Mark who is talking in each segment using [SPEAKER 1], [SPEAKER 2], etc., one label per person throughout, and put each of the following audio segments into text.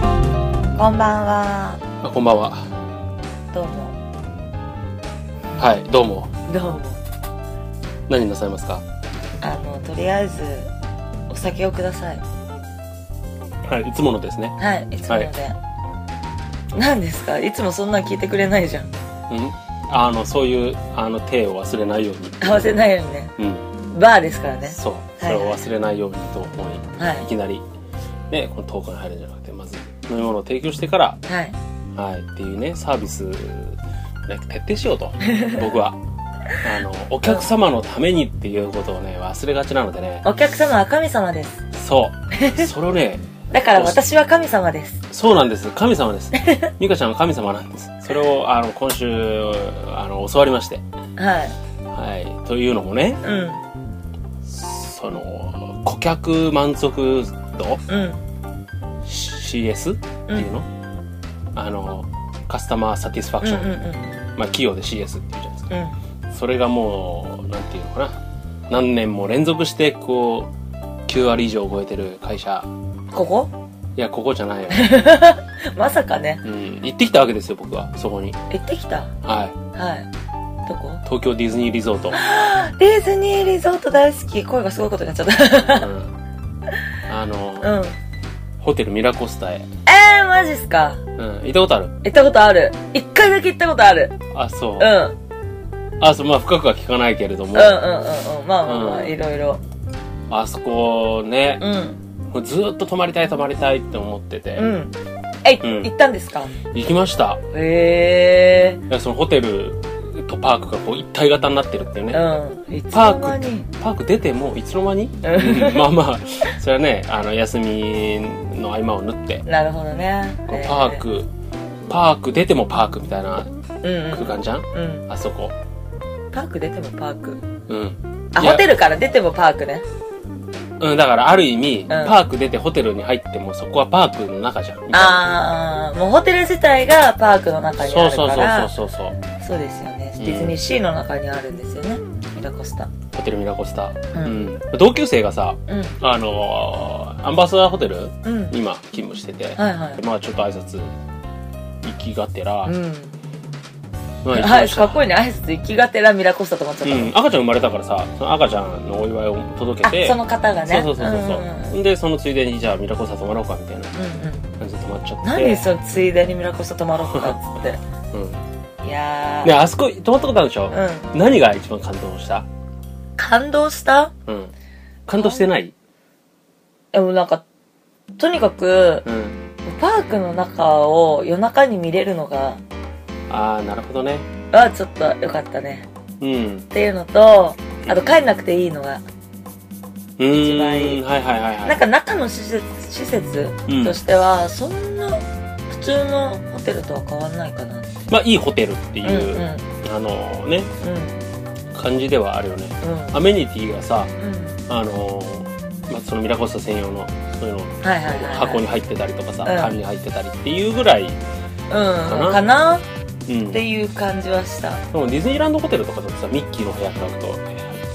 [SPEAKER 1] こんばんは。
[SPEAKER 2] あこんばんは。
[SPEAKER 1] どうも。
[SPEAKER 2] はい、どうも。
[SPEAKER 1] どうも。
[SPEAKER 2] 何なさいますか
[SPEAKER 1] あの、とりあえず、お酒をください。
[SPEAKER 2] はい、いつものですね。
[SPEAKER 1] はい、いつもので。何ですかいつもそんなん聞いてくれないじゃん。
[SPEAKER 2] うんあの、そういう、あの、手を忘れないよう
[SPEAKER 1] 合わせないようにね。
[SPEAKER 2] に。うん。
[SPEAKER 1] バーですからね。
[SPEAKER 2] そう。それを忘れないようにと思い、
[SPEAKER 1] はい
[SPEAKER 2] いきなり、ね、このトークに入るんじゃなくて、まず、飲み物を提供してから、
[SPEAKER 1] はい。
[SPEAKER 2] はい、っていうね、サービス、ね、徹底しよう と。僕は。あの、お客様のためにっていうことをね、忘れがちなのでね。
[SPEAKER 1] お客様は神様です。
[SPEAKER 2] そう。それをね、
[SPEAKER 1] だから私は神様です。
[SPEAKER 2] そうなんです。神様です。 美香ちゃんは神様なんです。それを、あの、今週、あの、教わりまして。
[SPEAKER 1] はい。
[SPEAKER 2] はい。というのもね、
[SPEAKER 1] うん。
[SPEAKER 2] その、顧客満足度
[SPEAKER 1] うん。
[SPEAKER 2] ?CS? っていうの、あの、カスタマーサティスファク
[SPEAKER 1] うん
[SPEAKER 2] シ
[SPEAKER 1] う
[SPEAKER 2] ョン。
[SPEAKER 1] んうん。
[SPEAKER 2] まあ、企業で CS っていうじゃないですか。
[SPEAKER 1] うん。
[SPEAKER 2] それがもう、なんていうのかな。何年も連続して、こう、9割以上超えてる会社。
[SPEAKER 1] ここ
[SPEAKER 2] いや、ここじゃないよ。
[SPEAKER 1] まさかね。
[SPEAKER 2] うん。行ってきたわけですよ、僕は。そこに。
[SPEAKER 1] 行ってきた
[SPEAKER 2] はい。
[SPEAKER 1] はい。どこ
[SPEAKER 2] 東京ディズニーリゾート。
[SPEAKER 1] ディズニーリゾート大好き。声がすごいことになっちゃった。
[SPEAKER 2] うんあの、
[SPEAKER 1] うん。
[SPEAKER 2] ホテルミラコスタへ。
[SPEAKER 1] えー、マジっすか
[SPEAKER 2] うん、行ったことある
[SPEAKER 1] 行ったことある。一回だけ行ったことある。
[SPEAKER 2] あ、そうう。
[SPEAKER 1] ん。うん
[SPEAKER 2] あ、そう、まあ、深くは聞かないけれども
[SPEAKER 1] う、んうんうん。まあまあまあ、
[SPEAKER 2] うん
[SPEAKER 1] いろいろ。
[SPEAKER 2] あそこね、
[SPEAKER 1] うん。
[SPEAKER 2] もうずっと泊まりたい泊まりたいって思ってて、
[SPEAKER 1] うん。えい、
[SPEAKER 2] うん
[SPEAKER 1] 行ったんですか
[SPEAKER 2] 行きました。
[SPEAKER 1] へえ
[SPEAKER 2] いやそのホテルとパークがこう一体型になってるっていうね。
[SPEAKER 1] ー。うん。いつ
[SPEAKER 2] パ
[SPEAKER 1] の間に
[SPEAKER 2] ー。ク、パーク出てもういつの間に
[SPEAKER 1] う
[SPEAKER 2] まあまあ、それはね、あの、休みの合間を縫って、
[SPEAKER 1] なるほどね。
[SPEAKER 2] こうパーク、パーク出てもパークみたいな
[SPEAKER 1] えー。
[SPEAKER 2] 空間じゃん
[SPEAKER 1] うんうん。
[SPEAKER 2] あそこ。
[SPEAKER 1] うん。パーク出てもパーク。
[SPEAKER 2] うん。
[SPEAKER 1] あ、
[SPEAKER 2] いや
[SPEAKER 1] ホテルから出てもパークね。
[SPEAKER 2] うん、だからある意味、
[SPEAKER 1] うん
[SPEAKER 2] パーク出てホテルに入ってもそこはパークの中じゃん。みたいな
[SPEAKER 1] あー、もうホテル自体がパークの中に
[SPEAKER 2] そ
[SPEAKER 1] あ
[SPEAKER 2] う
[SPEAKER 1] る
[SPEAKER 2] そう
[SPEAKER 1] か
[SPEAKER 2] そう
[SPEAKER 1] ら。
[SPEAKER 2] そうそう。
[SPEAKER 1] そうですよね。
[SPEAKER 2] うん
[SPEAKER 1] ディズニーシーの中にあるんですよね。ミラコスタ。
[SPEAKER 2] ホテルミラコスタ。
[SPEAKER 1] う
[SPEAKER 2] うんん。同級生がさ、
[SPEAKER 1] うん。
[SPEAKER 2] あのーアンバサダーホテル
[SPEAKER 1] うん。
[SPEAKER 2] 今勤務してて、
[SPEAKER 1] はいはい。
[SPEAKER 2] まあちょっと挨拶行きがてら、
[SPEAKER 1] うん。
[SPEAKER 2] まあ行き
[SPEAKER 1] は
[SPEAKER 2] ま
[SPEAKER 1] い、
[SPEAKER 2] し
[SPEAKER 1] か
[SPEAKER 2] た
[SPEAKER 1] っこいいね。挨拶行きがてらミラコスタと思っちゃった
[SPEAKER 2] うん、赤ちゃん生まれたからさ、その赤ちゃんのお祝いを届け
[SPEAKER 1] あ
[SPEAKER 2] て、
[SPEAKER 1] その方がね
[SPEAKER 2] そうそうそうそう。
[SPEAKER 1] んん
[SPEAKER 2] で、そのついでに、じゃあ、ミラコスタ泊まろうか、みたいな
[SPEAKER 1] うんうん
[SPEAKER 2] 感じで泊まっちゃって。
[SPEAKER 1] 何そのついでにミラコスタ泊まろうかっつっ
[SPEAKER 2] うん。
[SPEAKER 1] ていや
[SPEAKER 2] で、あそこ泊まったことあるでしょ、
[SPEAKER 1] ーうん
[SPEAKER 2] 何が一番感動した
[SPEAKER 1] 感動した
[SPEAKER 2] うん。感動してない
[SPEAKER 1] でもなんかとにかく
[SPEAKER 2] うん。
[SPEAKER 1] パークの中を夜中に見れるのが
[SPEAKER 2] ああ、なるほどね。
[SPEAKER 1] はちょっと良かったね
[SPEAKER 2] うん
[SPEAKER 1] っ。ていうのとあと帰んなくていいのが
[SPEAKER 2] う
[SPEAKER 1] 一
[SPEAKER 2] ーん。
[SPEAKER 1] 番いい
[SPEAKER 2] はいはいはいはい。
[SPEAKER 1] なんか中の施設施設
[SPEAKER 2] うん
[SPEAKER 1] としてはそんな普通のホテルとは変わんないかなって
[SPEAKER 2] まあ、いいホテルって
[SPEAKER 1] う
[SPEAKER 2] い
[SPEAKER 1] んうん
[SPEAKER 2] う、あのね、感じではあるよね。
[SPEAKER 1] うんうん
[SPEAKER 2] アメニティがさ、
[SPEAKER 1] うん
[SPEAKER 2] あのーまあ、そのミラコスタ専用の、そういうの、
[SPEAKER 1] はいはいはいはい
[SPEAKER 2] 箱に入ってたりとかさ、
[SPEAKER 1] うん
[SPEAKER 2] 紙に入ってたりっていうぐらい、
[SPEAKER 1] うん
[SPEAKER 2] な
[SPEAKER 1] かなっ
[SPEAKER 2] うん。で
[SPEAKER 1] ていう感じはした
[SPEAKER 2] もディズニーランドホテルとかだとさ、ミッキーの部屋開くと、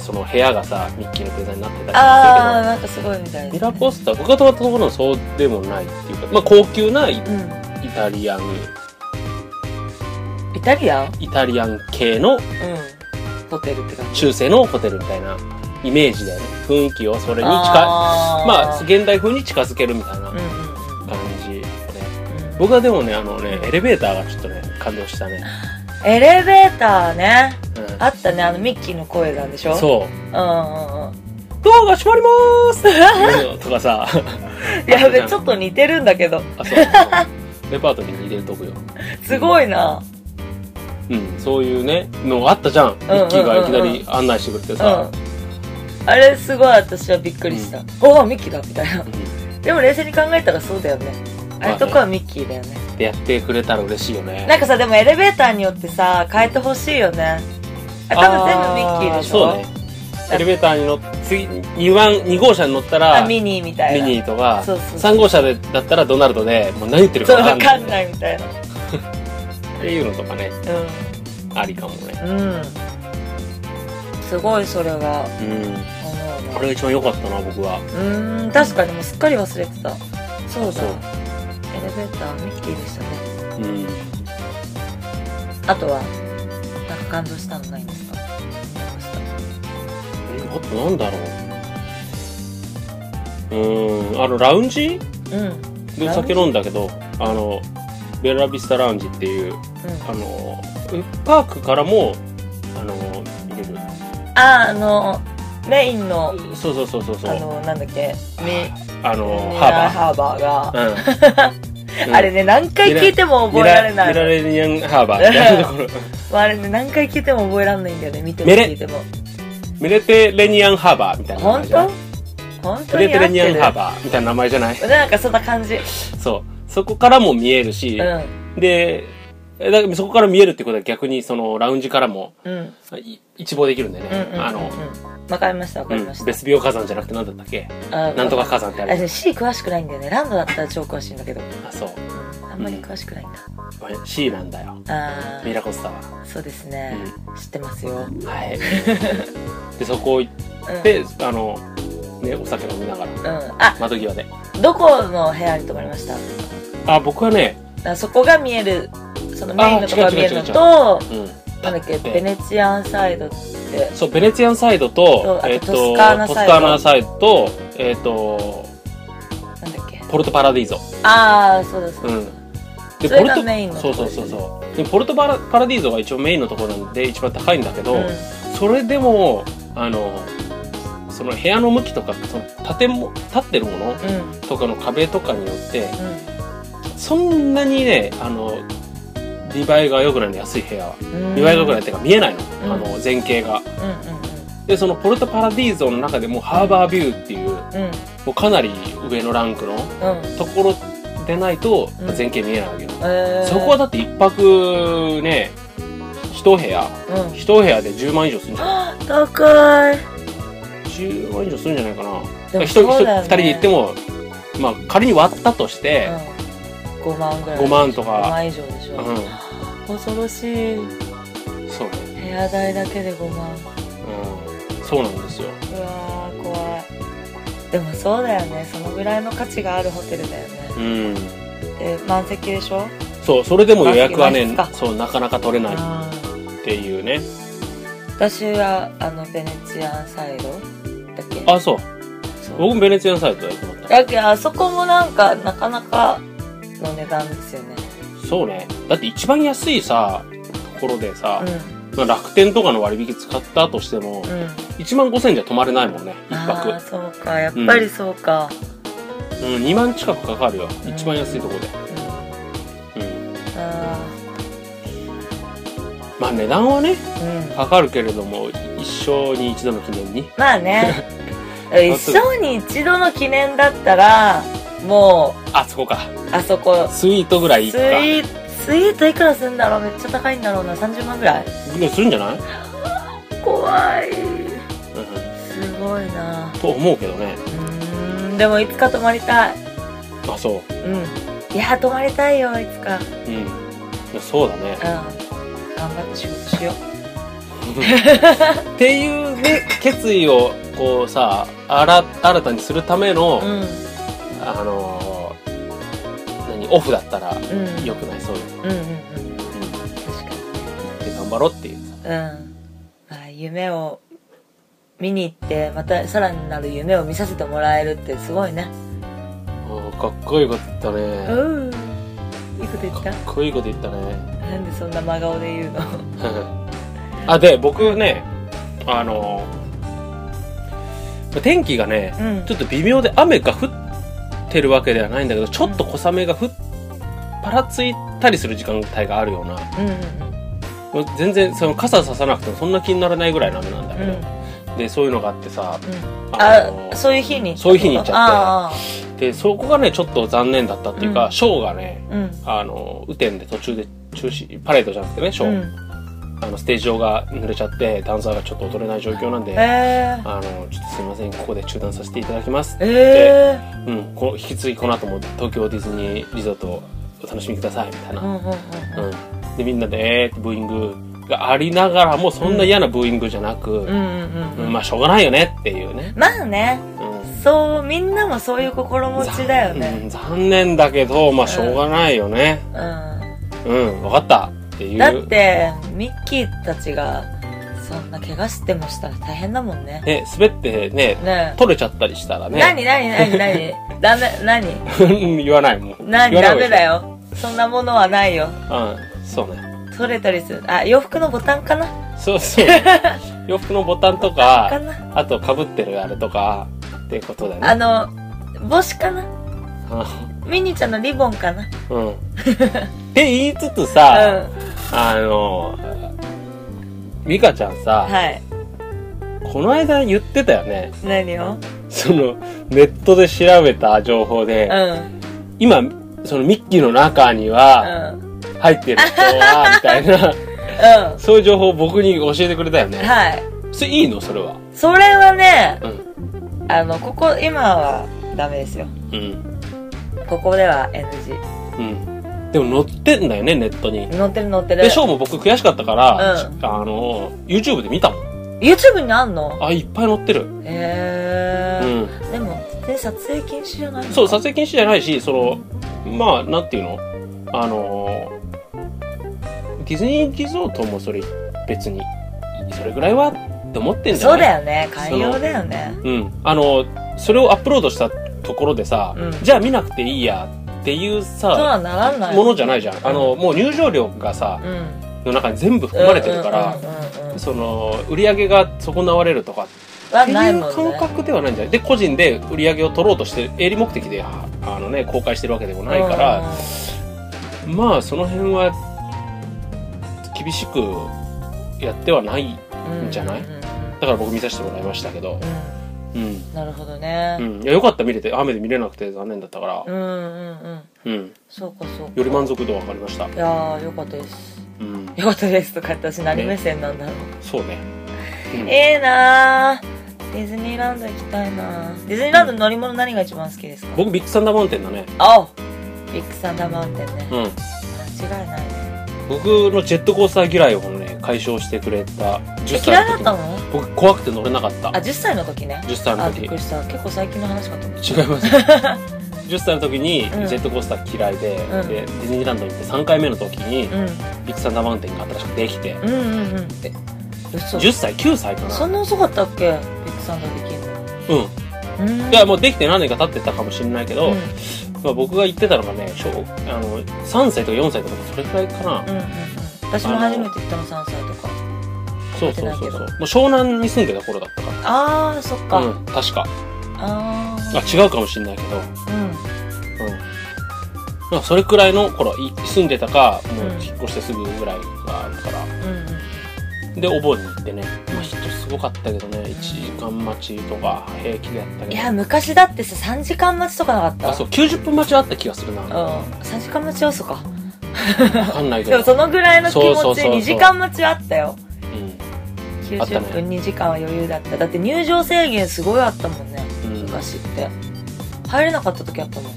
[SPEAKER 2] その部屋がさ、ミッキーのデザインになってたりとか
[SPEAKER 1] あー
[SPEAKER 2] する
[SPEAKER 1] なんかすごいみたいで
[SPEAKER 2] けど、ミ
[SPEAKER 1] すね
[SPEAKER 2] ラコスタ、僕が泊まったところのそうでもないっていうか、まあ、高級なイ
[SPEAKER 1] う
[SPEAKER 2] イタリアン、
[SPEAKER 1] んイタリアンうん
[SPEAKER 2] イタリアン系の
[SPEAKER 1] ホテルって感じ
[SPEAKER 2] 中世のホテルみたいなイメージだよね雰囲気をそれに近い
[SPEAKER 1] あー
[SPEAKER 2] まあ現代風に近づけるみたいな
[SPEAKER 1] うんうん
[SPEAKER 2] 感じ、ね、
[SPEAKER 1] うん
[SPEAKER 2] 僕はでもねあのねエレベーターがちょっとね感動したね、
[SPEAKER 1] エレベーターね
[SPEAKER 2] うん
[SPEAKER 1] あったねあのミッキーの声なんでしょうう
[SPEAKER 2] そ
[SPEAKER 1] んうんう ん
[SPEAKER 2] うドアが閉まりまーすっていうのとかさ
[SPEAKER 1] やべちょっと似てるんだけど
[SPEAKER 2] あそうそうレパートリーに入れるとこよ
[SPEAKER 1] すごいな
[SPEAKER 2] うんそういうねのがあったじゃんミ
[SPEAKER 1] うんうん
[SPEAKER 2] ッキーがいきなり案内してくれて
[SPEAKER 1] う
[SPEAKER 2] さ、
[SPEAKER 1] んあれすごい私はびっくりしたおおミッキーだみたいな
[SPEAKER 2] うん
[SPEAKER 1] でも冷静に考えたらそうだよねあれとこはミッキーだよね
[SPEAKER 2] でやってくれたら嬉しいよね
[SPEAKER 1] なんかさでもエレベーターによってさ変えてほしいよねあ多分全部ミッキーでしょ
[SPEAKER 2] あそうねエレベーターに乗って次2番2号車に乗ったら
[SPEAKER 1] あミニーみたい
[SPEAKER 2] ミ
[SPEAKER 1] な
[SPEAKER 2] ニーとか、
[SPEAKER 1] そうそう
[SPEAKER 2] 3号車でだったらドナルドで、もう何言ってる
[SPEAKER 1] そ
[SPEAKER 2] か
[SPEAKER 1] うわ
[SPEAKER 2] 分
[SPEAKER 1] か
[SPEAKER 2] か
[SPEAKER 1] ん
[SPEAKER 2] ん
[SPEAKER 1] な
[SPEAKER 2] ない。
[SPEAKER 1] いみたいな
[SPEAKER 2] っていうのとかね、
[SPEAKER 1] う
[SPEAKER 2] ありかもね。
[SPEAKER 1] んうんすごいそれは
[SPEAKER 2] うん。
[SPEAKER 1] 思う
[SPEAKER 2] こ
[SPEAKER 1] ね
[SPEAKER 2] れが一番良かったな、僕は。
[SPEAKER 1] うーん確かにもうすっかり忘れてたそうだエレ
[SPEAKER 2] そう
[SPEAKER 1] ベーターミッキーでしたね
[SPEAKER 2] うん
[SPEAKER 1] あとはなんか感動したのないんですかあ
[SPEAKER 2] あとなんだろううーんあのラウンジ
[SPEAKER 1] りましたうん
[SPEAKER 2] で
[SPEAKER 1] ラウンジ
[SPEAKER 2] 酒飲んだけどあのベラビスタラウンジっていうあのパークからもあの見れる
[SPEAKER 1] うんああのメインの
[SPEAKER 2] そうそうそうそうそ
[SPEAKER 1] あ
[SPEAKER 2] う
[SPEAKER 1] のなんだっけミ
[SPEAKER 2] あの
[SPEAKER 1] ミラー
[SPEAKER 2] ハ
[SPEAKER 1] ハーバーが
[SPEAKER 2] ーバー、うん
[SPEAKER 1] あれね、何回聞いても
[SPEAKER 2] ミ
[SPEAKER 1] 覚えら
[SPEAKER 2] ラ
[SPEAKER 1] れない。
[SPEAKER 2] ミラレニアンハーバーみたいなところ
[SPEAKER 1] まあ、あれね、何回聞いても覚えられないんだよね、見ても
[SPEAKER 2] メレ
[SPEAKER 1] 聞いても。
[SPEAKER 2] ミレテレニアンハーバーみたいな名
[SPEAKER 1] 本
[SPEAKER 2] 前じゃな
[SPEAKER 1] 当
[SPEAKER 2] い
[SPEAKER 1] 本当
[SPEAKER 2] ミレ
[SPEAKER 1] に
[SPEAKER 2] テ
[SPEAKER 1] 合
[SPEAKER 2] レ
[SPEAKER 1] っ
[SPEAKER 2] ニア
[SPEAKER 1] て
[SPEAKER 2] ン
[SPEAKER 1] る
[SPEAKER 2] ハーバーみたいな名前じゃない
[SPEAKER 1] なんかそんな感じ。う
[SPEAKER 2] そうそこからも見えるし、
[SPEAKER 1] ん。
[SPEAKER 2] でえだからそこから見えるってことは逆にそのラウンジからも
[SPEAKER 1] うん。
[SPEAKER 2] い一望できるんでね、
[SPEAKER 1] うんうん。
[SPEAKER 2] あの、
[SPEAKER 1] うん。わかりました、わかりまし
[SPEAKER 2] うん
[SPEAKER 1] た
[SPEAKER 2] ベ。スビオ火山じゃなくて何だったっけ
[SPEAKER 1] あ
[SPEAKER 2] なんとか火山ってあ
[SPEAKER 1] あ、
[SPEAKER 2] る
[SPEAKER 1] でも C 詳しくないんだよね。ランドだったら超詳しいんだけど。
[SPEAKER 2] あそう
[SPEAKER 1] うんあんまり詳しくないんだ。
[SPEAKER 2] これ C なんだよ
[SPEAKER 1] あ
[SPEAKER 2] ミラコスタは
[SPEAKER 1] あ、そうですね。知ってますよ。うん。
[SPEAKER 2] はい でそこ行ってあのねお酒飲みながら
[SPEAKER 1] うん。あ、
[SPEAKER 2] 窓際で
[SPEAKER 1] どこの部屋に泊まりました
[SPEAKER 2] あ僕はね
[SPEAKER 1] あそこが見える、そのメインのとこ
[SPEAKER 2] あ
[SPEAKER 1] が
[SPEAKER 2] 違う
[SPEAKER 1] 見
[SPEAKER 2] 違う違う
[SPEAKER 1] えるのと、
[SPEAKER 2] うん
[SPEAKER 1] なんだっけ、
[SPEAKER 2] 立って
[SPEAKER 1] ベネチアンサイドって、
[SPEAKER 2] そうベネツィアンサイドと
[SPEAKER 1] そう
[SPEAKER 2] えっ
[SPEAKER 1] あとトスカーナ
[SPEAKER 2] トス
[SPEAKER 1] サイド
[SPEAKER 2] カーナサイドとえっと
[SPEAKER 1] なんだっけ。
[SPEAKER 2] ポルトパラディーゾ
[SPEAKER 1] ああ、そうです。そう
[SPEAKER 2] う
[SPEAKER 1] だ
[SPEAKER 2] ん
[SPEAKER 1] それが
[SPEAKER 2] ポルト
[SPEAKER 1] メインのと
[SPEAKER 2] そ
[SPEAKER 1] こ
[SPEAKER 2] うそうそうそうでポルトパラパラディーゾが一応メインのところなんで一番高いんだけど、
[SPEAKER 1] うん
[SPEAKER 2] それでもあのその部屋の向きとかその建物立ってるもの
[SPEAKER 1] うん
[SPEAKER 2] とかの壁とかによって
[SPEAKER 1] う
[SPEAKER 2] そんなにねあの2倍が良くないの安い部屋は
[SPEAKER 1] んうん
[SPEAKER 2] 2倍が良くないっていうか見えないの,、
[SPEAKER 1] うん
[SPEAKER 2] あの前景が
[SPEAKER 1] うん
[SPEAKER 2] でそのポルトパラディーゾの中でもハーバービューっていうも
[SPEAKER 1] うんうん
[SPEAKER 2] うかなり上のランクの
[SPEAKER 1] うんうん
[SPEAKER 2] ところでないと
[SPEAKER 1] うん
[SPEAKER 2] 前景見えないわけよ、
[SPEAKER 1] えー
[SPEAKER 2] そこはだって一泊ね一部屋
[SPEAKER 1] うん
[SPEAKER 2] 一部屋で10万以上するんじゃない
[SPEAKER 1] あ高い
[SPEAKER 2] 10万以上するんじゃないかな
[SPEAKER 1] でも
[SPEAKER 2] 一人一
[SPEAKER 1] そう
[SPEAKER 2] 人
[SPEAKER 1] だよ
[SPEAKER 2] 二
[SPEAKER 1] ね
[SPEAKER 2] 人で行っても、まあ、仮に割ったとして、
[SPEAKER 1] うん5万ぐらい
[SPEAKER 2] 5万と
[SPEAKER 1] 5
[SPEAKER 2] か、
[SPEAKER 1] 万以上でしょ
[SPEAKER 2] うん
[SPEAKER 1] 恐ろしい
[SPEAKER 2] そうね、
[SPEAKER 1] 部屋代だけで5万
[SPEAKER 2] うん、そうなんですよ
[SPEAKER 1] うわー怖いでもそうだよねそのぐらいの価値があるホテルだよね
[SPEAKER 2] うん
[SPEAKER 1] で満席でしょ
[SPEAKER 2] そうそれでも予約はね
[SPEAKER 1] 満室か
[SPEAKER 2] そうなかなか取れないっ
[SPEAKER 1] あー
[SPEAKER 2] ていうね
[SPEAKER 1] 私はあのベネチアンサイドだっけ
[SPEAKER 2] あそう
[SPEAKER 1] そう
[SPEAKER 2] 僕もベネツィアンサイトだと思った
[SPEAKER 1] だけどあそこもなんかなかなかの値段ですよね
[SPEAKER 2] そうねだって一番安いさところでさ、
[SPEAKER 1] う
[SPEAKER 2] まあ楽天とかの割引使ったとしても、
[SPEAKER 1] んうん
[SPEAKER 2] 1万5000じゃ泊まれないもんね一泊、
[SPEAKER 1] ああそうかやっぱりそうか、
[SPEAKER 2] うん、2万近くかかるよ一番安いところで、
[SPEAKER 1] うん
[SPEAKER 2] うん、
[SPEAKER 1] あ
[SPEAKER 2] まあ値段はね
[SPEAKER 1] ーうん
[SPEAKER 2] かかるけれども一生に一度の記念に
[SPEAKER 1] まあね一生に一度の記念だったらも
[SPEAKER 2] あそこか
[SPEAKER 1] うあそこ
[SPEAKER 2] スイートぐらいい
[SPEAKER 1] ス
[SPEAKER 2] くか
[SPEAKER 1] イースイートいくらするんだろうめっちゃ高いんだろうな30万ぐらい
[SPEAKER 2] ぐらいするんじゃない、
[SPEAKER 1] 怖い
[SPEAKER 2] うん、
[SPEAKER 1] すごいな
[SPEAKER 2] と思うけどね
[SPEAKER 1] うーんでもいつか泊まりたい
[SPEAKER 2] あそう
[SPEAKER 1] うんいや泊まりたいよいつか
[SPEAKER 2] うんそうだ
[SPEAKER 1] う
[SPEAKER 2] ね
[SPEAKER 1] ん頑張って仕事しよう
[SPEAKER 2] っていうね決意をこうさあら新たにするための、
[SPEAKER 1] うん
[SPEAKER 2] あのー何オフだったら
[SPEAKER 1] うん
[SPEAKER 2] 良くないそういう、
[SPEAKER 1] うんうんうん
[SPEAKER 2] うん、で
[SPEAKER 1] 確か
[SPEAKER 2] 頑張ろうっていう
[SPEAKER 1] にうん、まあ、夢を見に行ってまたさらなる夢を見させてもらえるってすごいね
[SPEAKER 2] おーかっこいいこと言った
[SPEAKER 1] う
[SPEAKER 2] ね
[SPEAKER 1] んいいこと言っ
[SPEAKER 2] か
[SPEAKER 1] た
[SPEAKER 2] っこいいこと言ったね
[SPEAKER 1] なんでそんな真顔で言うの
[SPEAKER 2] あで僕ねあのー天気がね
[SPEAKER 1] うん
[SPEAKER 2] ちょっと微妙で雨が降ってるわけではないんだけどちょっと小雨が降っぱらついたりする時間帯があるような
[SPEAKER 1] うんうん
[SPEAKER 2] 全然その傘ささなくてもそんな気にならないぐらいの雨なんだ
[SPEAKER 1] う
[SPEAKER 2] け
[SPEAKER 1] んう
[SPEAKER 2] ど、
[SPEAKER 1] ん
[SPEAKER 2] でそういうのがあってさ
[SPEAKER 1] うん
[SPEAKER 2] あの
[SPEAKER 1] あそういう日に
[SPEAKER 2] そういう日に行っちゃ
[SPEAKER 1] あ
[SPEAKER 2] でそこがねちょっと残念だったっていうか、
[SPEAKER 1] うん
[SPEAKER 2] ショーがね
[SPEAKER 1] あうん
[SPEAKER 2] あの雨天で途中で中止パレードじゃなくてねショ
[SPEAKER 1] う
[SPEAKER 2] ー、
[SPEAKER 1] ん
[SPEAKER 2] あのステージ上が濡れちゃってダンサーがちょっと踊れない状況なんで、
[SPEAKER 1] えー
[SPEAKER 2] あのちょっとすいませんここで中断させていただきます、
[SPEAKER 1] え
[SPEAKER 2] うん、この引き続きこの後も東京ディズニーリゾートをお楽しみくださいみた
[SPEAKER 1] ー
[SPEAKER 2] いな
[SPEAKER 1] う、んうんうん
[SPEAKER 2] うんでみんなでえーってブーイングがありながらもそんな嫌なブーイングじゃなく、
[SPEAKER 1] うんうんうん
[SPEAKER 2] うんまあしょうがないよねっていうね、
[SPEAKER 1] まあね
[SPEAKER 2] うん
[SPEAKER 1] そうみんなもそういう心持ちだよ
[SPEAKER 2] うん
[SPEAKER 1] ね
[SPEAKER 2] 残念だけど、まあ、しょうがないよね。
[SPEAKER 1] うん、
[SPEAKER 2] うん、わかったっていう。
[SPEAKER 1] だってミッキーたちがそんな怪我してもしたら大変だもんねね
[SPEAKER 2] ね、滑ってね、
[SPEAKER 1] え
[SPEAKER 2] 取れちゃったりしたらね。
[SPEAKER 1] 何何何何ダメ何
[SPEAKER 2] 言わないもん。
[SPEAKER 1] 何
[SPEAKER 2] 言
[SPEAKER 1] ダ
[SPEAKER 2] わない方がい
[SPEAKER 1] メ
[SPEAKER 2] い
[SPEAKER 1] だ。よそんなものはないよ
[SPEAKER 2] うん、そうね。
[SPEAKER 1] 取れたりするあ洋服のボタンかな
[SPEAKER 2] そう そう。洋服のボタンと
[SPEAKER 1] か
[SPEAKER 2] か、
[SPEAKER 1] な
[SPEAKER 2] あと被ってるあれとか、ってことだね。
[SPEAKER 1] あの帽子かなミニちゃんのリボンかな
[SPEAKER 2] うん。って言いつつさ、
[SPEAKER 1] う
[SPEAKER 2] あの、ミカちゃんさ、
[SPEAKER 1] んはい
[SPEAKER 2] この間言ってたよね。
[SPEAKER 1] 何を
[SPEAKER 2] その、ネットで調べた情報で、
[SPEAKER 1] うん
[SPEAKER 2] 今、そのミッキーの中には
[SPEAKER 1] うんうん
[SPEAKER 2] 入ってる人は、みたい な、そういう情報を僕に教えてくれたよね。
[SPEAKER 1] はい
[SPEAKER 2] それいいのそれは。
[SPEAKER 1] それはね
[SPEAKER 2] うん。
[SPEAKER 1] あのここ今はダメですよ
[SPEAKER 2] うん。
[SPEAKER 1] ここでは NG
[SPEAKER 2] うん。でも載ってんだよね、ネットに。
[SPEAKER 1] 載ってる載ってる
[SPEAKER 2] で、ショーも僕悔しかったから、
[SPEAKER 1] う
[SPEAKER 2] あの、YouTube で見たもん。
[SPEAKER 1] YouTube にあんの
[SPEAKER 2] あ、いっぱい載ってる。
[SPEAKER 1] へ
[SPEAKER 2] う
[SPEAKER 1] え、
[SPEAKER 2] ん。
[SPEAKER 1] でもで撮影禁止じゃないの
[SPEAKER 2] そう、撮影禁止じゃないし、その、まあ、なんていうのあのー、ディズニーリゾートもそれ、別に、それぐらいはって思ってんじゃ
[SPEAKER 1] そう
[SPEAKER 2] ないよ。
[SPEAKER 1] だよね寛容だよね
[SPEAKER 2] うん。あのー、それをアップロードしたところでさ、
[SPEAKER 1] うん
[SPEAKER 2] じゃあ見なくていいやっていう
[SPEAKER 1] そう
[SPEAKER 2] さ、
[SPEAKER 1] はならない
[SPEAKER 2] ものじゃないじゃん。あの、もう入場料がさ、
[SPEAKER 1] うん
[SPEAKER 2] の中に全部含まれてるから、
[SPEAKER 1] うんうんうんうん
[SPEAKER 2] その、売り上げが損なわれるとか
[SPEAKER 1] は
[SPEAKER 2] って
[SPEAKER 1] ない
[SPEAKER 2] い
[SPEAKER 1] も
[SPEAKER 2] うん感
[SPEAKER 1] ね
[SPEAKER 2] 覚ではないんじゃないで個人で売り上げを取ろうとして営利目的でああの、ね、公開してるわけでもないから、まあその辺は厳しくやってはない
[SPEAKER 1] うん
[SPEAKER 2] いんじゃない
[SPEAKER 1] うんうんうん
[SPEAKER 2] だから僕見させてもらいましたけど、うん
[SPEAKER 1] なるほど
[SPEAKER 2] う
[SPEAKER 1] ね
[SPEAKER 2] ん、いやよかった見れて雨で見れなくて残念だったから
[SPEAKER 1] う、んうんうん
[SPEAKER 2] うん、
[SPEAKER 1] そうかそうか
[SPEAKER 2] より満足度上がりました、
[SPEAKER 1] いやーよかったです
[SPEAKER 2] うん、
[SPEAKER 1] よかったですとかって私何目線なんだろう
[SPEAKER 2] そうね、うん
[SPEAKER 1] ええなーディズニーランド行きたいなーディズニーランドの乗り物何が一番好きですか
[SPEAKER 2] 僕ビッグサンダーマウンテンだね、
[SPEAKER 1] あビッグサンダーマウンテンね
[SPEAKER 2] うん、
[SPEAKER 1] 間違いないね
[SPEAKER 2] 僕のジェットコースター嫌いをね解消してくれた10
[SPEAKER 1] 嫌いだっ
[SPEAKER 2] 歳の時
[SPEAKER 1] たの
[SPEAKER 2] 僕怖くて乗れなかった
[SPEAKER 1] あ10歳の時ね
[SPEAKER 2] 10歳
[SPEAKER 1] あ
[SPEAKER 2] の
[SPEAKER 1] びっ
[SPEAKER 2] 時
[SPEAKER 1] くりした結構最近の話かと思っ
[SPEAKER 2] 違います 10歳の時に
[SPEAKER 1] うん
[SPEAKER 2] ジェットコースター嫌いで,、
[SPEAKER 1] うん
[SPEAKER 2] でディズニーランドに行って3回目の時に
[SPEAKER 1] たうん
[SPEAKER 2] ビッグサンダーマウンテンが新しくできて、
[SPEAKER 1] うんうんうんえ嘘
[SPEAKER 2] 10歳9歳か
[SPEAKER 1] そ
[SPEAKER 2] なん
[SPEAKER 1] な遅かったっけビッグサンダーできるのう
[SPEAKER 2] う
[SPEAKER 1] ん
[SPEAKER 2] んいやもうできて何年か経ってたかもしれないけど、
[SPEAKER 1] うん
[SPEAKER 2] まあ、僕が行ってたのがね小あの3歳とか4歳とかそれくらいかな、
[SPEAKER 1] うんうんうん私も初めて行ったの3歳とか
[SPEAKER 2] そ
[SPEAKER 1] 覚
[SPEAKER 2] うそうそうそう
[SPEAKER 1] えてないけど
[SPEAKER 2] もう湘南に住んでた頃だったか
[SPEAKER 1] あーそっ
[SPEAKER 2] ら
[SPEAKER 1] か、
[SPEAKER 2] うん、確か
[SPEAKER 1] あ
[SPEAKER 2] あ違うかもしれないけど、うん
[SPEAKER 1] ーうん
[SPEAKER 2] まあ、それくらいの頃い住んでたかもううん引っ越してすぐぐらいがあるから、
[SPEAKER 1] うんうん
[SPEAKER 2] でお盆に行ってね、まあ、人すごかったけどね1時間待ちとか平気でやった
[SPEAKER 1] い
[SPEAKER 2] け
[SPEAKER 1] や
[SPEAKER 2] ど
[SPEAKER 1] 昔だってさ3時間待ちとかなかった
[SPEAKER 2] あそう90分待ちはあった気がするな
[SPEAKER 1] うん
[SPEAKER 2] わ
[SPEAKER 1] 3時間待ち要素か
[SPEAKER 2] かんないけ
[SPEAKER 1] で
[SPEAKER 2] ど
[SPEAKER 1] もそのぐらいの気
[SPEAKER 2] そうそ
[SPEAKER 1] 持
[SPEAKER 2] うそう
[SPEAKER 1] ち
[SPEAKER 2] そう
[SPEAKER 1] 2時間待ちはあったよ
[SPEAKER 2] うあったね
[SPEAKER 1] 90分2時間は余裕だっただって入場制限すごいあったもんね
[SPEAKER 2] うん
[SPEAKER 1] 昔って入れなかった時あったもん
[SPEAKER 2] ん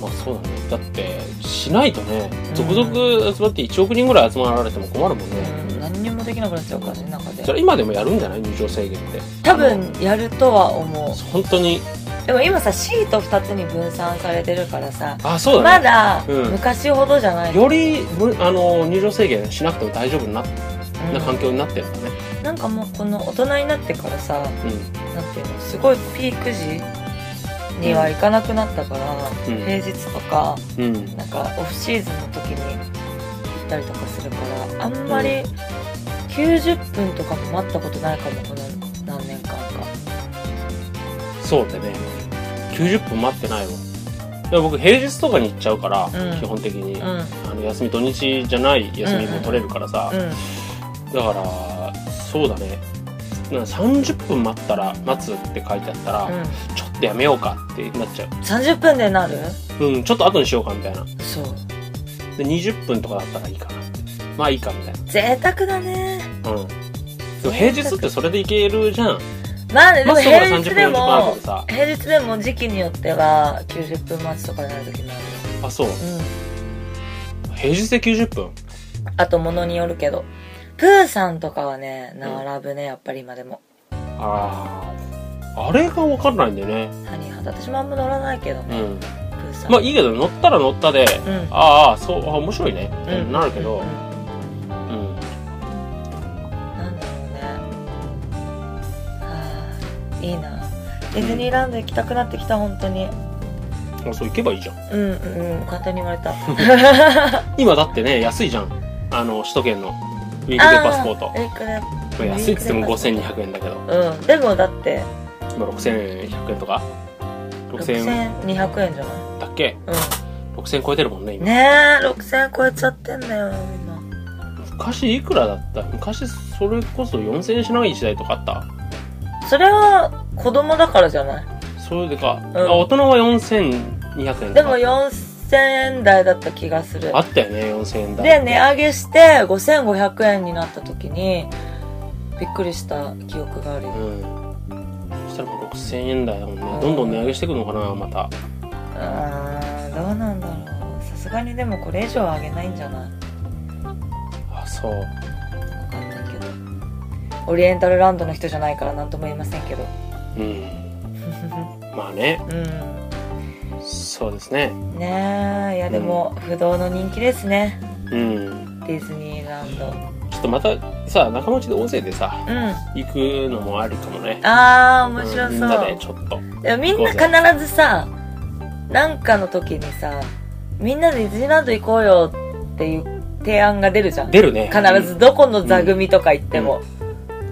[SPEAKER 2] まあそうだねだってしないとね続々集まって1億人ぐらい集まられても困るも
[SPEAKER 1] うん
[SPEAKER 2] んね、
[SPEAKER 1] 何にもできなくなっちゃうからね中
[SPEAKER 2] そ
[SPEAKER 1] で
[SPEAKER 2] れ今でもやるんじゃない入場制限って
[SPEAKER 1] 多分やるとは思
[SPEAKER 2] 本当に
[SPEAKER 1] うでも今さシート2つに分散されてるからさ
[SPEAKER 2] あそうだ
[SPEAKER 1] ま
[SPEAKER 2] ね
[SPEAKER 1] だ
[SPEAKER 2] うん
[SPEAKER 1] 昔ほどじゃない、
[SPEAKER 2] よりむあの入場制限しなくても大丈夫な
[SPEAKER 1] うん
[SPEAKER 2] な環境になってるんだね
[SPEAKER 1] なんかもうこの大人になってからさなんていうのすごいピーク時には行かなくなったから、
[SPEAKER 2] うん
[SPEAKER 1] 平日とか
[SPEAKER 2] うんうん
[SPEAKER 1] なんかオフシーズンの時に行ったりとかするからあんまり90分とかも待ったことないかもこの何年間か
[SPEAKER 2] そうだね90分待ってないわでも僕平日とかに行っちゃうから、
[SPEAKER 1] うん
[SPEAKER 2] 基本的に、
[SPEAKER 1] うん
[SPEAKER 2] あの休み土日じゃない休みも取れるからさ、
[SPEAKER 1] うん
[SPEAKER 2] だからそうだねな30分待ったら待つって書いてあったら、
[SPEAKER 1] うん
[SPEAKER 2] ちょっとやめようかってなっちゃ
[SPEAKER 1] 30分でなる
[SPEAKER 2] ううんちょっと後にしようかみたいな
[SPEAKER 1] そう
[SPEAKER 2] で20分とかだったらいいかなまあいいかみたい
[SPEAKER 1] 贅沢だね
[SPEAKER 2] なうんでも平日ってそれでいけるじゃん
[SPEAKER 1] まあねで
[SPEAKER 2] ま
[SPEAKER 1] も
[SPEAKER 2] あそこから
[SPEAKER 1] 平
[SPEAKER 2] 30
[SPEAKER 1] 日
[SPEAKER 2] 分
[SPEAKER 1] で
[SPEAKER 2] 40分ある
[SPEAKER 1] も
[SPEAKER 2] けどさ
[SPEAKER 1] 平日でも時期によっては90分待ちとかになる時もあ
[SPEAKER 2] あそう
[SPEAKER 1] るようん
[SPEAKER 2] 平日で90分
[SPEAKER 1] あと物によるけど。プーさんとかはね、並ぶね、やっぱり今でも。
[SPEAKER 2] あああれが分かんないんだよね
[SPEAKER 1] ハニーハート私もあんま乗らないけど
[SPEAKER 2] う
[SPEAKER 1] ね、
[SPEAKER 2] ん
[SPEAKER 1] プーさん
[SPEAKER 2] まあいいけど乗ったら乗ったで
[SPEAKER 1] うん
[SPEAKER 2] ああそうあ面白いねって
[SPEAKER 1] うん
[SPEAKER 2] なるけ
[SPEAKER 1] う
[SPEAKER 2] ど
[SPEAKER 1] ん
[SPEAKER 2] うん
[SPEAKER 1] なんだろうねあーいいなディズニーランド行きたくなってきた本当に
[SPEAKER 2] あそう行けばいいじゃん
[SPEAKER 1] うんうんうん簡単に言われた
[SPEAKER 2] 今だってね安いじゃんあの首都圏のウィークデーパスポート
[SPEAKER 1] あーいくら
[SPEAKER 2] まあ安いっつっても5200円だけど
[SPEAKER 1] うんでもだって
[SPEAKER 2] 今6100円とか6000円
[SPEAKER 1] 6200円じゃな
[SPEAKER 2] だっけ
[SPEAKER 1] い
[SPEAKER 2] 6000超えてるもん
[SPEAKER 1] う
[SPEAKER 2] ね
[SPEAKER 1] ん
[SPEAKER 2] 今
[SPEAKER 1] ねえ6000円超えちゃってんだよ今
[SPEAKER 2] 昔いくらだった昔それこそ4000円しない時代とかあった
[SPEAKER 1] それは子供だからじゃない
[SPEAKER 2] そういうでか、
[SPEAKER 1] ん
[SPEAKER 2] あ大人は4200円
[SPEAKER 1] でも
[SPEAKER 2] か
[SPEAKER 1] 4000円台だった気がする
[SPEAKER 2] あったよね4000円だ
[SPEAKER 1] で値上げして5500円になった時にびっくりした記憶があるよ
[SPEAKER 2] うんそしたらもう6000円台だもんねどんどん値上げしていくのかなまた
[SPEAKER 1] あーどうなんだろうさすがにでもこれ以上は上げないんじゃない
[SPEAKER 2] あそう
[SPEAKER 1] わかんないけどオリエンタルランドの人じゃないから何とも言いませんけど
[SPEAKER 2] うんまあね
[SPEAKER 1] う
[SPEAKER 2] そうですね
[SPEAKER 1] んねえいやでも不動の人気ですね
[SPEAKER 2] うん
[SPEAKER 1] ディズニーランド
[SPEAKER 2] ちょっとまたさ仲間内で大勢でさ
[SPEAKER 1] う
[SPEAKER 2] 行くのもありかもね
[SPEAKER 1] んああ面白
[SPEAKER 2] んみんな
[SPEAKER 1] そ
[SPEAKER 2] でちょっと
[SPEAKER 1] うでもみんな必ずさなんかの時にさみんなでディズニーランド行こうよっていう提案が出るじゃん
[SPEAKER 2] 出るね
[SPEAKER 1] 必ずどこの座組とか行っても、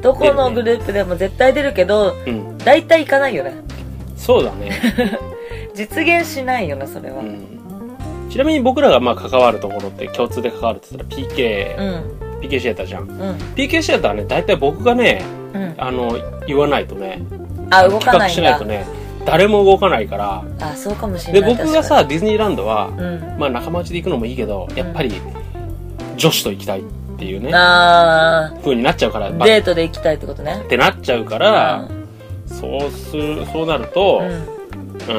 [SPEAKER 1] どこのグループでも絶対出るけど
[SPEAKER 2] うん、うん
[SPEAKER 1] 大体行かないよね
[SPEAKER 2] そうだね、
[SPEAKER 1] 実現しないよねそれは
[SPEAKER 2] う
[SPEAKER 1] うん
[SPEAKER 2] ん、ちなみに僕らがまあ関わるところって共通で関わるって言ったら PK、
[SPEAKER 1] うん
[SPEAKER 2] PK シアターじゃん
[SPEAKER 1] うん
[SPEAKER 2] PK シアターはね大体僕がね
[SPEAKER 1] うん
[SPEAKER 2] あの言わないとね
[SPEAKER 1] あ動かな
[SPEAKER 2] 企画
[SPEAKER 1] い
[SPEAKER 2] し
[SPEAKER 1] ん
[SPEAKER 2] ない
[SPEAKER 1] だ
[SPEAKER 2] とね誰も動かないから
[SPEAKER 1] あそうかもしれ
[SPEAKER 2] で
[SPEAKER 1] ない
[SPEAKER 2] 僕がさディズニーランドは
[SPEAKER 1] 確、かに
[SPEAKER 2] まあ、仲間内で行くのもいいけどやっぱり女子と行きたいっていう
[SPEAKER 1] う
[SPEAKER 2] ね
[SPEAKER 1] んあ
[SPEAKER 2] 風になっちゃうから、
[SPEAKER 1] あ
[SPEAKER 2] まあ
[SPEAKER 1] デートで行きたいってことね
[SPEAKER 2] ってなっちゃうから、そうするそうなる
[SPEAKER 1] う
[SPEAKER 2] と
[SPEAKER 1] ん、う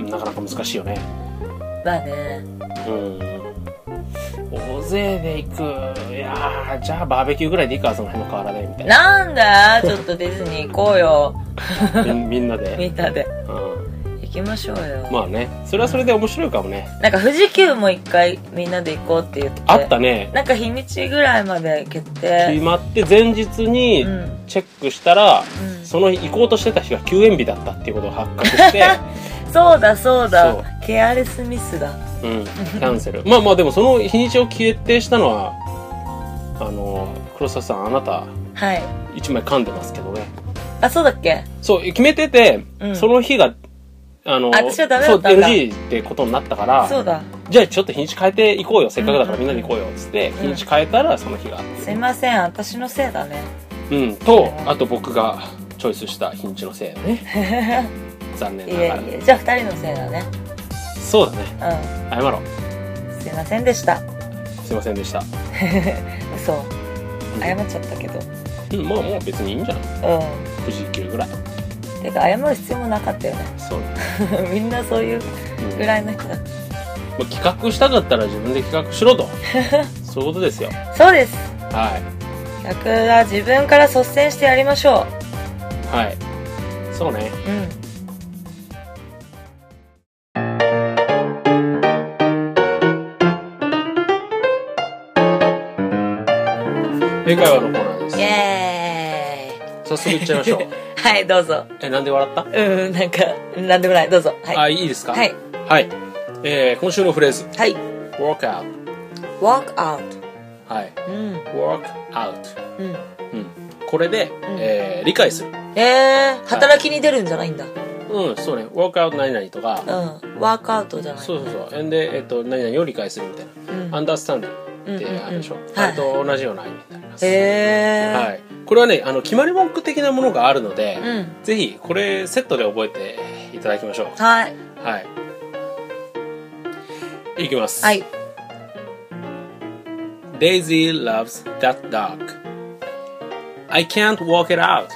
[SPEAKER 1] ん
[SPEAKER 2] うんなかなか難しいよね
[SPEAKER 1] まあね
[SPEAKER 2] うん大勢で行くいやーじゃあバーベキューぐらいでいいかその辺の河原でみたい
[SPEAKER 1] な
[SPEAKER 2] な
[SPEAKER 1] ん だちょっとディズニー行こうよ
[SPEAKER 2] みんみんなで、
[SPEAKER 1] みんなで
[SPEAKER 2] うん、
[SPEAKER 1] 行きましょうよ、
[SPEAKER 2] まあねそれはそれで面白いかもね
[SPEAKER 1] なんか富士急も一回みんなで行こうって言って
[SPEAKER 2] あったね
[SPEAKER 1] なんか日にちぐらいまで決
[SPEAKER 2] 決
[SPEAKER 1] 定
[SPEAKER 2] まって前日に
[SPEAKER 1] うん
[SPEAKER 2] チェックしたら、
[SPEAKER 1] うん
[SPEAKER 2] その日行こうとしてた日が休園日だったっていうことを発覚 して、
[SPEAKER 1] そうだそうだ
[SPEAKER 2] そう
[SPEAKER 1] ケアレスミス だ
[SPEAKER 2] うん、キャンセルまあまあでもその日にちを決定したのはあの黒沢さんあなた
[SPEAKER 1] はい
[SPEAKER 2] 一枚噛んでますけどね
[SPEAKER 1] あそうだっけ
[SPEAKER 2] そう決めてて、
[SPEAKER 1] うん
[SPEAKER 2] その日があの
[SPEAKER 1] あ私はダメだったんだ
[SPEAKER 2] そう NG ってことになったから
[SPEAKER 1] そうだ
[SPEAKER 2] じゃあちょっと日にち変えていこうよせっかくだか
[SPEAKER 1] う
[SPEAKER 2] ら
[SPEAKER 1] ん
[SPEAKER 2] みんなで行こうよっつって、
[SPEAKER 1] ん
[SPEAKER 2] 日にち変えたらその日が
[SPEAKER 1] すいません私のせいだね
[SPEAKER 2] うんとあと僕がチョイスした日にちのせいだ ね残念
[SPEAKER 1] い
[SPEAKER 2] ながら
[SPEAKER 1] えいえじゃあ2人のせいだね
[SPEAKER 2] そうだね
[SPEAKER 1] う
[SPEAKER 2] 謝ろうん
[SPEAKER 1] すいませんでした
[SPEAKER 2] すいませんでした、
[SPEAKER 1] 嘘謝っちゃったけど
[SPEAKER 2] うん、まあもう別にいいんじゃない
[SPEAKER 1] うん
[SPEAKER 2] 富士急ぐらい
[SPEAKER 1] てか謝る必要もなかったよね
[SPEAKER 2] そうね、
[SPEAKER 1] みんなそういう
[SPEAKER 2] うん
[SPEAKER 1] ぐらいの人だ
[SPEAKER 2] まあ、企画したかったら自分で企画し ろとそういうことですよ
[SPEAKER 1] そうです
[SPEAKER 2] は
[SPEAKER 1] 客は自分から率先してやりましょ
[SPEAKER 2] いはいそうね
[SPEAKER 1] ううん
[SPEAKER 2] 英会話のコーナーです
[SPEAKER 1] イエーイ
[SPEAKER 2] 早速いっちゃいま しょう
[SPEAKER 1] はいどうぞ
[SPEAKER 2] えなんで笑った、
[SPEAKER 1] うんなんかなんでもないどうぞはい
[SPEAKER 2] あいいですか
[SPEAKER 1] はい、
[SPEAKER 2] はいえー今週のフレーズ
[SPEAKER 1] はい
[SPEAKER 2] work out
[SPEAKER 1] walk out
[SPEAKER 2] はい
[SPEAKER 1] うん
[SPEAKER 2] work out
[SPEAKER 1] うん
[SPEAKER 2] うんこれで、えー理解する
[SPEAKER 1] えー、働きに出るんじゃないんだ
[SPEAKER 2] うんそうね work out 何々とか、
[SPEAKER 1] うんワークアウトじゃない
[SPEAKER 2] そうそうそうえんで、えっと何々を理解するみたいな、
[SPEAKER 1] うん
[SPEAKER 2] understand ってあるでしょ、
[SPEAKER 1] うんうんうん
[SPEAKER 2] あれと同じような意味になります
[SPEAKER 1] へー
[SPEAKER 2] はい、これはねあの決まり文句的なものがあるので、
[SPEAKER 1] うん
[SPEAKER 2] ぜひこれセットで覚えていただきましょう
[SPEAKER 1] はい
[SPEAKER 2] はいいきます、
[SPEAKER 1] はい
[SPEAKER 2] Daisy loves that dog I can't walk it out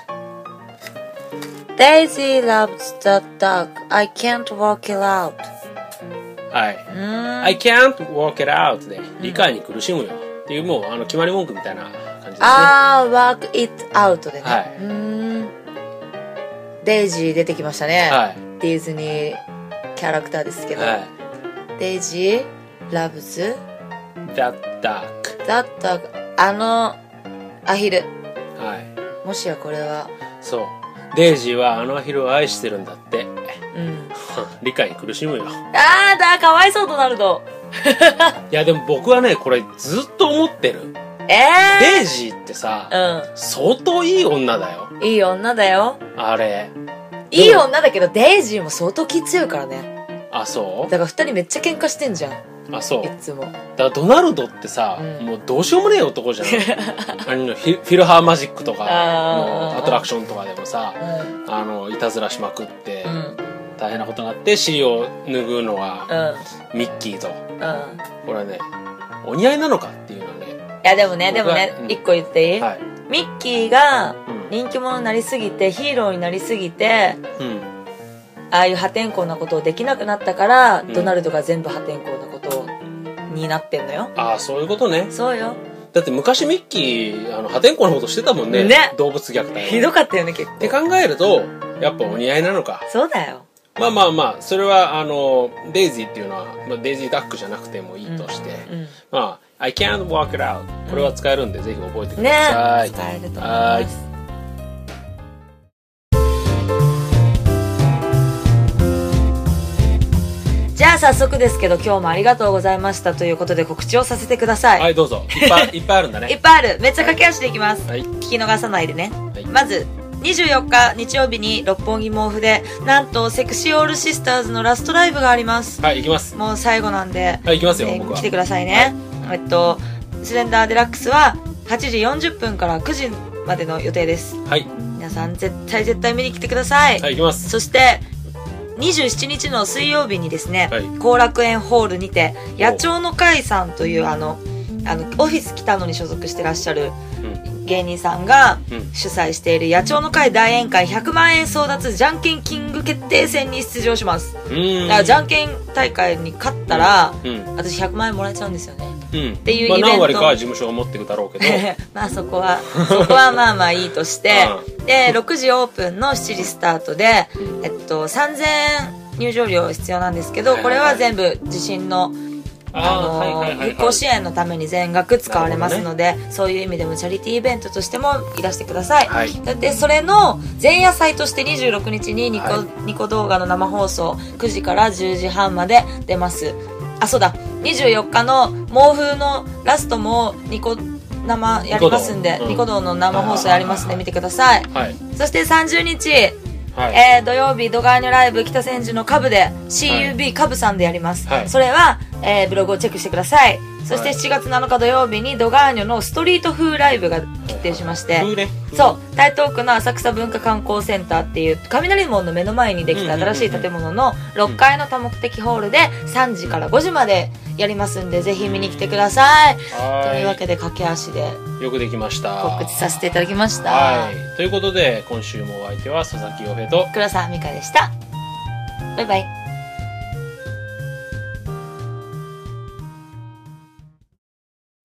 [SPEAKER 1] Daisy loves that dog I can't walk it out
[SPEAKER 2] はい、
[SPEAKER 1] うーん
[SPEAKER 2] I can't walk it out で理解に苦しむよっていうもうあの決まり文句みたいな感じですね
[SPEAKER 1] あー work it out でね
[SPEAKER 2] はいう
[SPEAKER 1] ーんデイジー出てきましたね、
[SPEAKER 2] はい
[SPEAKER 1] ディズニーキャラクターですけど、
[SPEAKER 2] は
[SPEAKER 1] デイジーラブズ
[SPEAKER 2] いザ・ダーク
[SPEAKER 1] だったあのアヒル
[SPEAKER 2] はい
[SPEAKER 1] もしやこれは
[SPEAKER 2] そうデイジーはあのアヒルを愛してるんだって
[SPEAKER 1] うん
[SPEAKER 2] 理解に苦しむよ
[SPEAKER 1] あーだかわいそうドナルド
[SPEAKER 2] いやでも僕はねこれずっと思ってる
[SPEAKER 1] え
[SPEAKER 2] デイジーってさ
[SPEAKER 1] ー、
[SPEAKER 2] 相当いい女だよ
[SPEAKER 1] うんいい女だよ
[SPEAKER 2] あれ
[SPEAKER 1] いい女だけどデイジーも相当気強いからね
[SPEAKER 2] あそ
[SPEAKER 1] だから二人めっちゃ喧嘩してんじゃん
[SPEAKER 2] うあそう
[SPEAKER 1] いつも
[SPEAKER 2] だからドナルドってさ、
[SPEAKER 1] うん
[SPEAKER 2] もうどうしようもねえ男 じゃんあのフィフィルハーマジックとか
[SPEAKER 1] あー
[SPEAKER 2] のアトラクションとかでもさ
[SPEAKER 1] うん
[SPEAKER 2] あのいたずらしまくって
[SPEAKER 1] うん
[SPEAKER 2] 大変なことになって尻を拭うの
[SPEAKER 1] う
[SPEAKER 2] は
[SPEAKER 1] ん
[SPEAKER 2] ミッキーと
[SPEAKER 1] うん
[SPEAKER 2] これはねお似合いなのかっていうのはね
[SPEAKER 1] いやでもねでもね
[SPEAKER 2] 僕はうん
[SPEAKER 1] 一個言っていい、
[SPEAKER 2] はい
[SPEAKER 1] ミッキーが
[SPEAKER 2] うん
[SPEAKER 1] 人気者になりすぎてヒーローになりすぎて
[SPEAKER 2] うん
[SPEAKER 1] ああいう破天荒なことをできなくなったから、
[SPEAKER 2] ん
[SPEAKER 1] ドナルドが全部破天荒なことになってんのよ
[SPEAKER 2] ああそういうことね
[SPEAKER 1] そうよ
[SPEAKER 2] だって昔ミッキーあの破天荒なことしてたもんね
[SPEAKER 1] ね
[SPEAKER 2] 動物虐待
[SPEAKER 1] ひどかったよね結
[SPEAKER 2] って
[SPEAKER 1] 構
[SPEAKER 2] 考えるとやっぱお似合いなのか
[SPEAKER 1] そうだよ
[SPEAKER 2] まあまあまあそれはあのデイジーっていうのは、まあ、デイジーダックじゃなくてもいいとして、
[SPEAKER 1] うん
[SPEAKER 2] まあ、I can't walk it out これは使えるんで、ぜひ覚えてく
[SPEAKER 1] ね
[SPEAKER 2] ださい。
[SPEAKER 1] 使えると思い
[SPEAKER 2] は
[SPEAKER 1] ま
[SPEAKER 2] い
[SPEAKER 1] すじゃあ早速ですけど今日もありがとうございましたということで告知をさせてください、
[SPEAKER 2] はい、どうぞ。い っぱい、いっぱいあるんだ
[SPEAKER 1] いっ
[SPEAKER 2] ね。
[SPEAKER 1] ぱいあるめっちゃ駆け足でいきます、
[SPEAKER 2] はい。
[SPEAKER 1] 聞き逃さないでね、
[SPEAKER 2] はい
[SPEAKER 1] まず24日日曜日に六本木毛布でなんとセクシーオールシスターズのラストライブがあります
[SPEAKER 2] はい、行きます。
[SPEAKER 1] もう最後なんで
[SPEAKER 2] はい、行きますよ、
[SPEAKER 1] えー
[SPEAKER 2] 僕は
[SPEAKER 1] 来。てくださいね、えっとスレンダーデラックスは8時40分から9時までの予定です
[SPEAKER 2] はい。
[SPEAKER 1] 皆さん絶対絶対見に来てください、
[SPEAKER 2] はい、行きます。
[SPEAKER 1] そして27日の水曜日にですね
[SPEAKER 2] はい
[SPEAKER 1] 後、楽園ホールにて野鳥の会さんというあのあのオフィス北野に所属してらっしゃる芸人さんが
[SPEAKER 2] うん。うん。
[SPEAKER 1] 主催している野鳥の会大宴会100万円争奪じゃんけんキング決定戦に出場します
[SPEAKER 2] う
[SPEAKER 1] だ
[SPEAKER 2] ーん。
[SPEAKER 1] からじゃんけん大会に勝ったら、
[SPEAKER 2] うん。うん。
[SPEAKER 1] 私100万円もらえちゃうんですよね
[SPEAKER 2] って
[SPEAKER 1] いう
[SPEAKER 2] まあ、
[SPEAKER 1] イベント
[SPEAKER 2] 何割かは事務所が持ってくだろうけど。
[SPEAKER 1] まあそこ はそこはまあまあいいとして、で6時オープンの7時スタートで、えっと、3000円入場料必要なんですけどこれは全部地震のあの
[SPEAKER 2] ー
[SPEAKER 1] 復興支援のために全額使われますので、そういう意味でもチャリティーイベントとしてもいらしてください、
[SPEAKER 2] はい
[SPEAKER 1] だってそれの前夜祭として26日にニコ,、
[SPEAKER 2] はい
[SPEAKER 1] ニコ動画の生放送9時から10時半まで出ますあそうだ24日の毛風のラストもニコ生やりますんでニ
[SPEAKER 2] ニ
[SPEAKER 1] コ,、
[SPEAKER 2] コ動うん
[SPEAKER 1] 動の生放送やりますんで見てください
[SPEAKER 2] はい。
[SPEAKER 1] そして30日
[SPEAKER 2] はい。
[SPEAKER 1] えー土曜日、ドガーニョライブ、北千住のカブで、CUB カブさんでやります。
[SPEAKER 2] はい
[SPEAKER 1] それは、えーブログをチェックしてください。そして
[SPEAKER 2] はい
[SPEAKER 1] 7月7日土曜日に、ドガーニョのストリート風ライブが決定しまして、
[SPEAKER 2] 風ね。
[SPEAKER 1] そう、台東区の浅草文化観光センターっていう、雷門の目の前にできた
[SPEAKER 2] うんうんうんう
[SPEAKER 1] 新
[SPEAKER 2] ん
[SPEAKER 1] しい建物の6階の多目的ホールで、3時から5時までやりますんで、ぜひ見に来てください。というわ
[SPEAKER 2] は
[SPEAKER 1] けで、駆け足で
[SPEAKER 2] い。よくできました。
[SPEAKER 1] 告知させていただきました。
[SPEAKER 2] はい。ということで、今週もお相手は佐々木洋平と、
[SPEAKER 1] 黒沢美香でした。バイバイ。